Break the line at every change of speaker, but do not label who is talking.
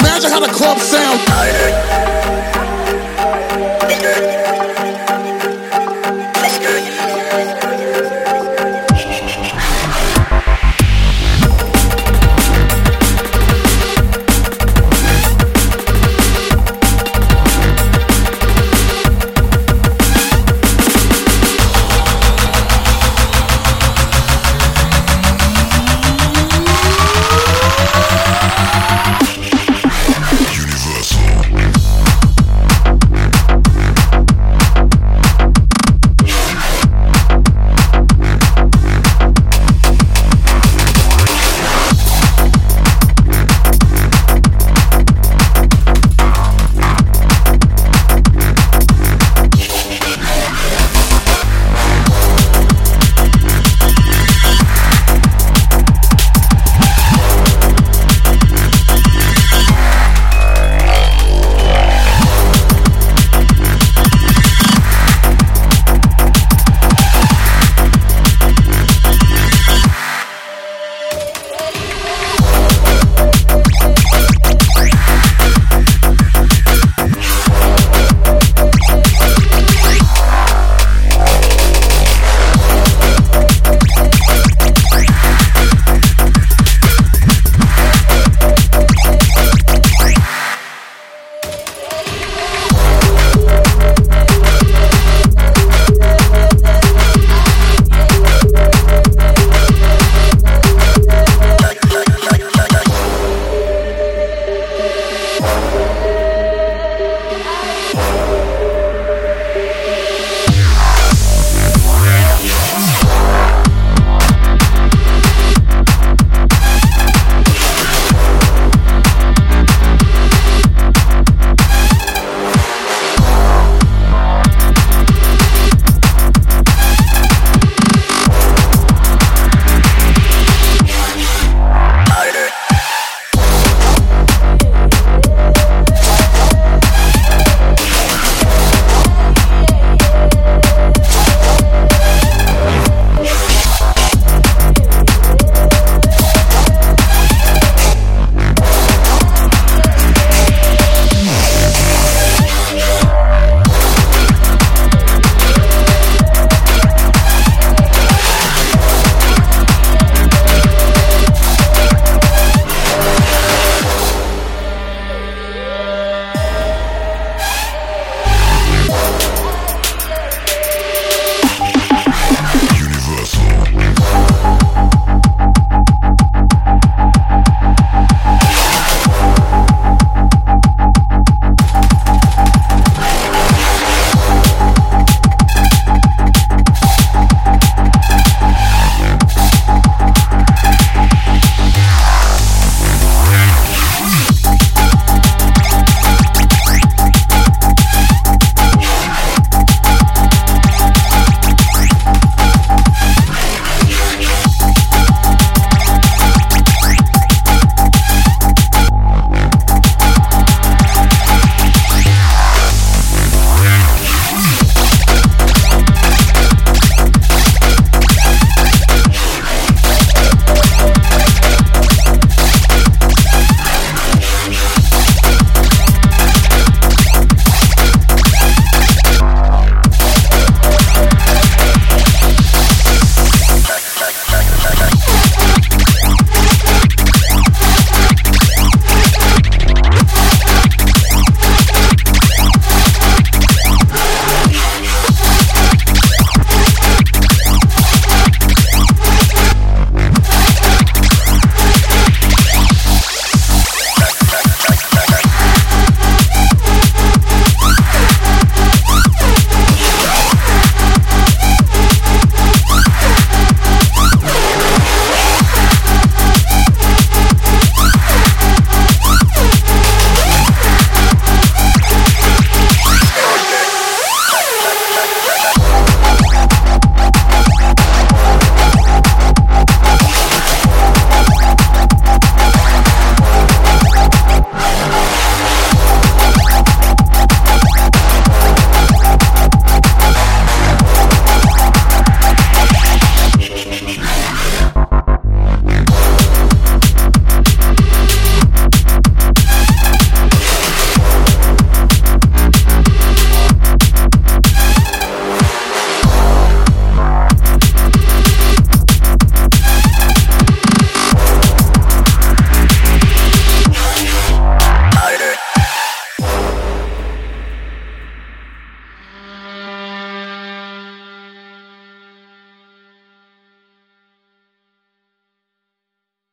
Imagine how the club sound.